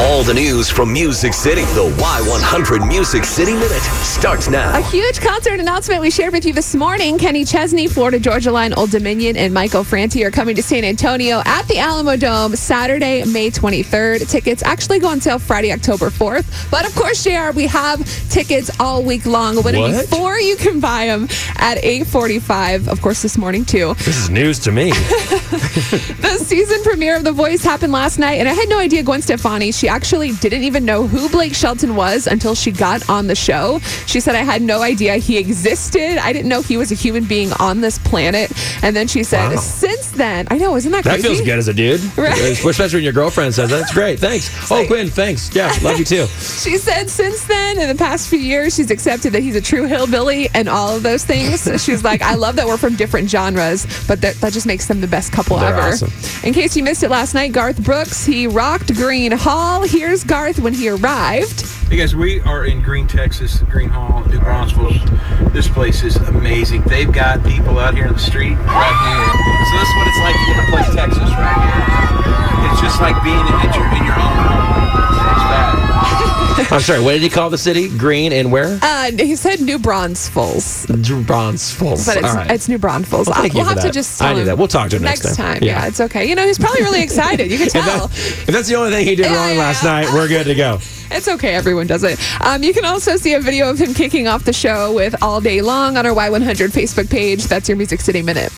All the news from Music City. The Y100 Music City Minute starts A now. huge concert announcement we shared with you this morning. Kenny Chesney, Florida Georgia Line, Old Dominion, and Michael Franti are coming to San Antonio at the Alamo Dome Saturday, May 23rd. Tickets actually go on sale Friday, October 4th. But of course, JR, we have tickets all week long. When What? before you can buy them at 8:45, of course, this morning too. This is news to me. The season premiere of The Voice happened last night, and I had no idea Gwen Stefani. She actually didn't even know who Blake Shelton was until she got on the show. She said, I had no idea he existed. I didn't know he was a human being on this planet. And then she said, Wow. Since then, I know, isn't that That crazy? feels good as a dude. Right. Especially when your girlfriend says, that's great. Thanks. oh, Quinn, thanks. Yeah, love you too. She said, Since then, in the past few years, she's accepted that he's a true hillbilly and all of those things. she's like, I love that we're from different genres, but that, that just makes them the best couple They're ever. awesome. In case you missed it last night, Garth Brooks, he rocked Green Hall. Here's Garth when he arrived. Hey guys, we are in Green, Texas, Green Hall, New Braunfels. This place is amazing. They've got people out here in the street right here. So this is what it's like to get to place Texas right here. It's just like being in your, in your own home. It's bad. I'm sorry, what did he call the city? Green and where? Uh, he said New Braunfels, Bronzeville. but it's, All right. it's New Braunfels. Well, thank you we'll for have to that. just. I tell knew him that. We'll talk to him next time. time. Yeah. Yeah. it's okay. You know, he's probably really excited. You can if, tell. that- if that's the only thing he did Yeah, wrong yeah. last night, we're good to go. It's okay, everyone does it. Um, you can also see a video of him kicking off the show with All Day Long on our Y100 Facebook page. That's your Music City Minute.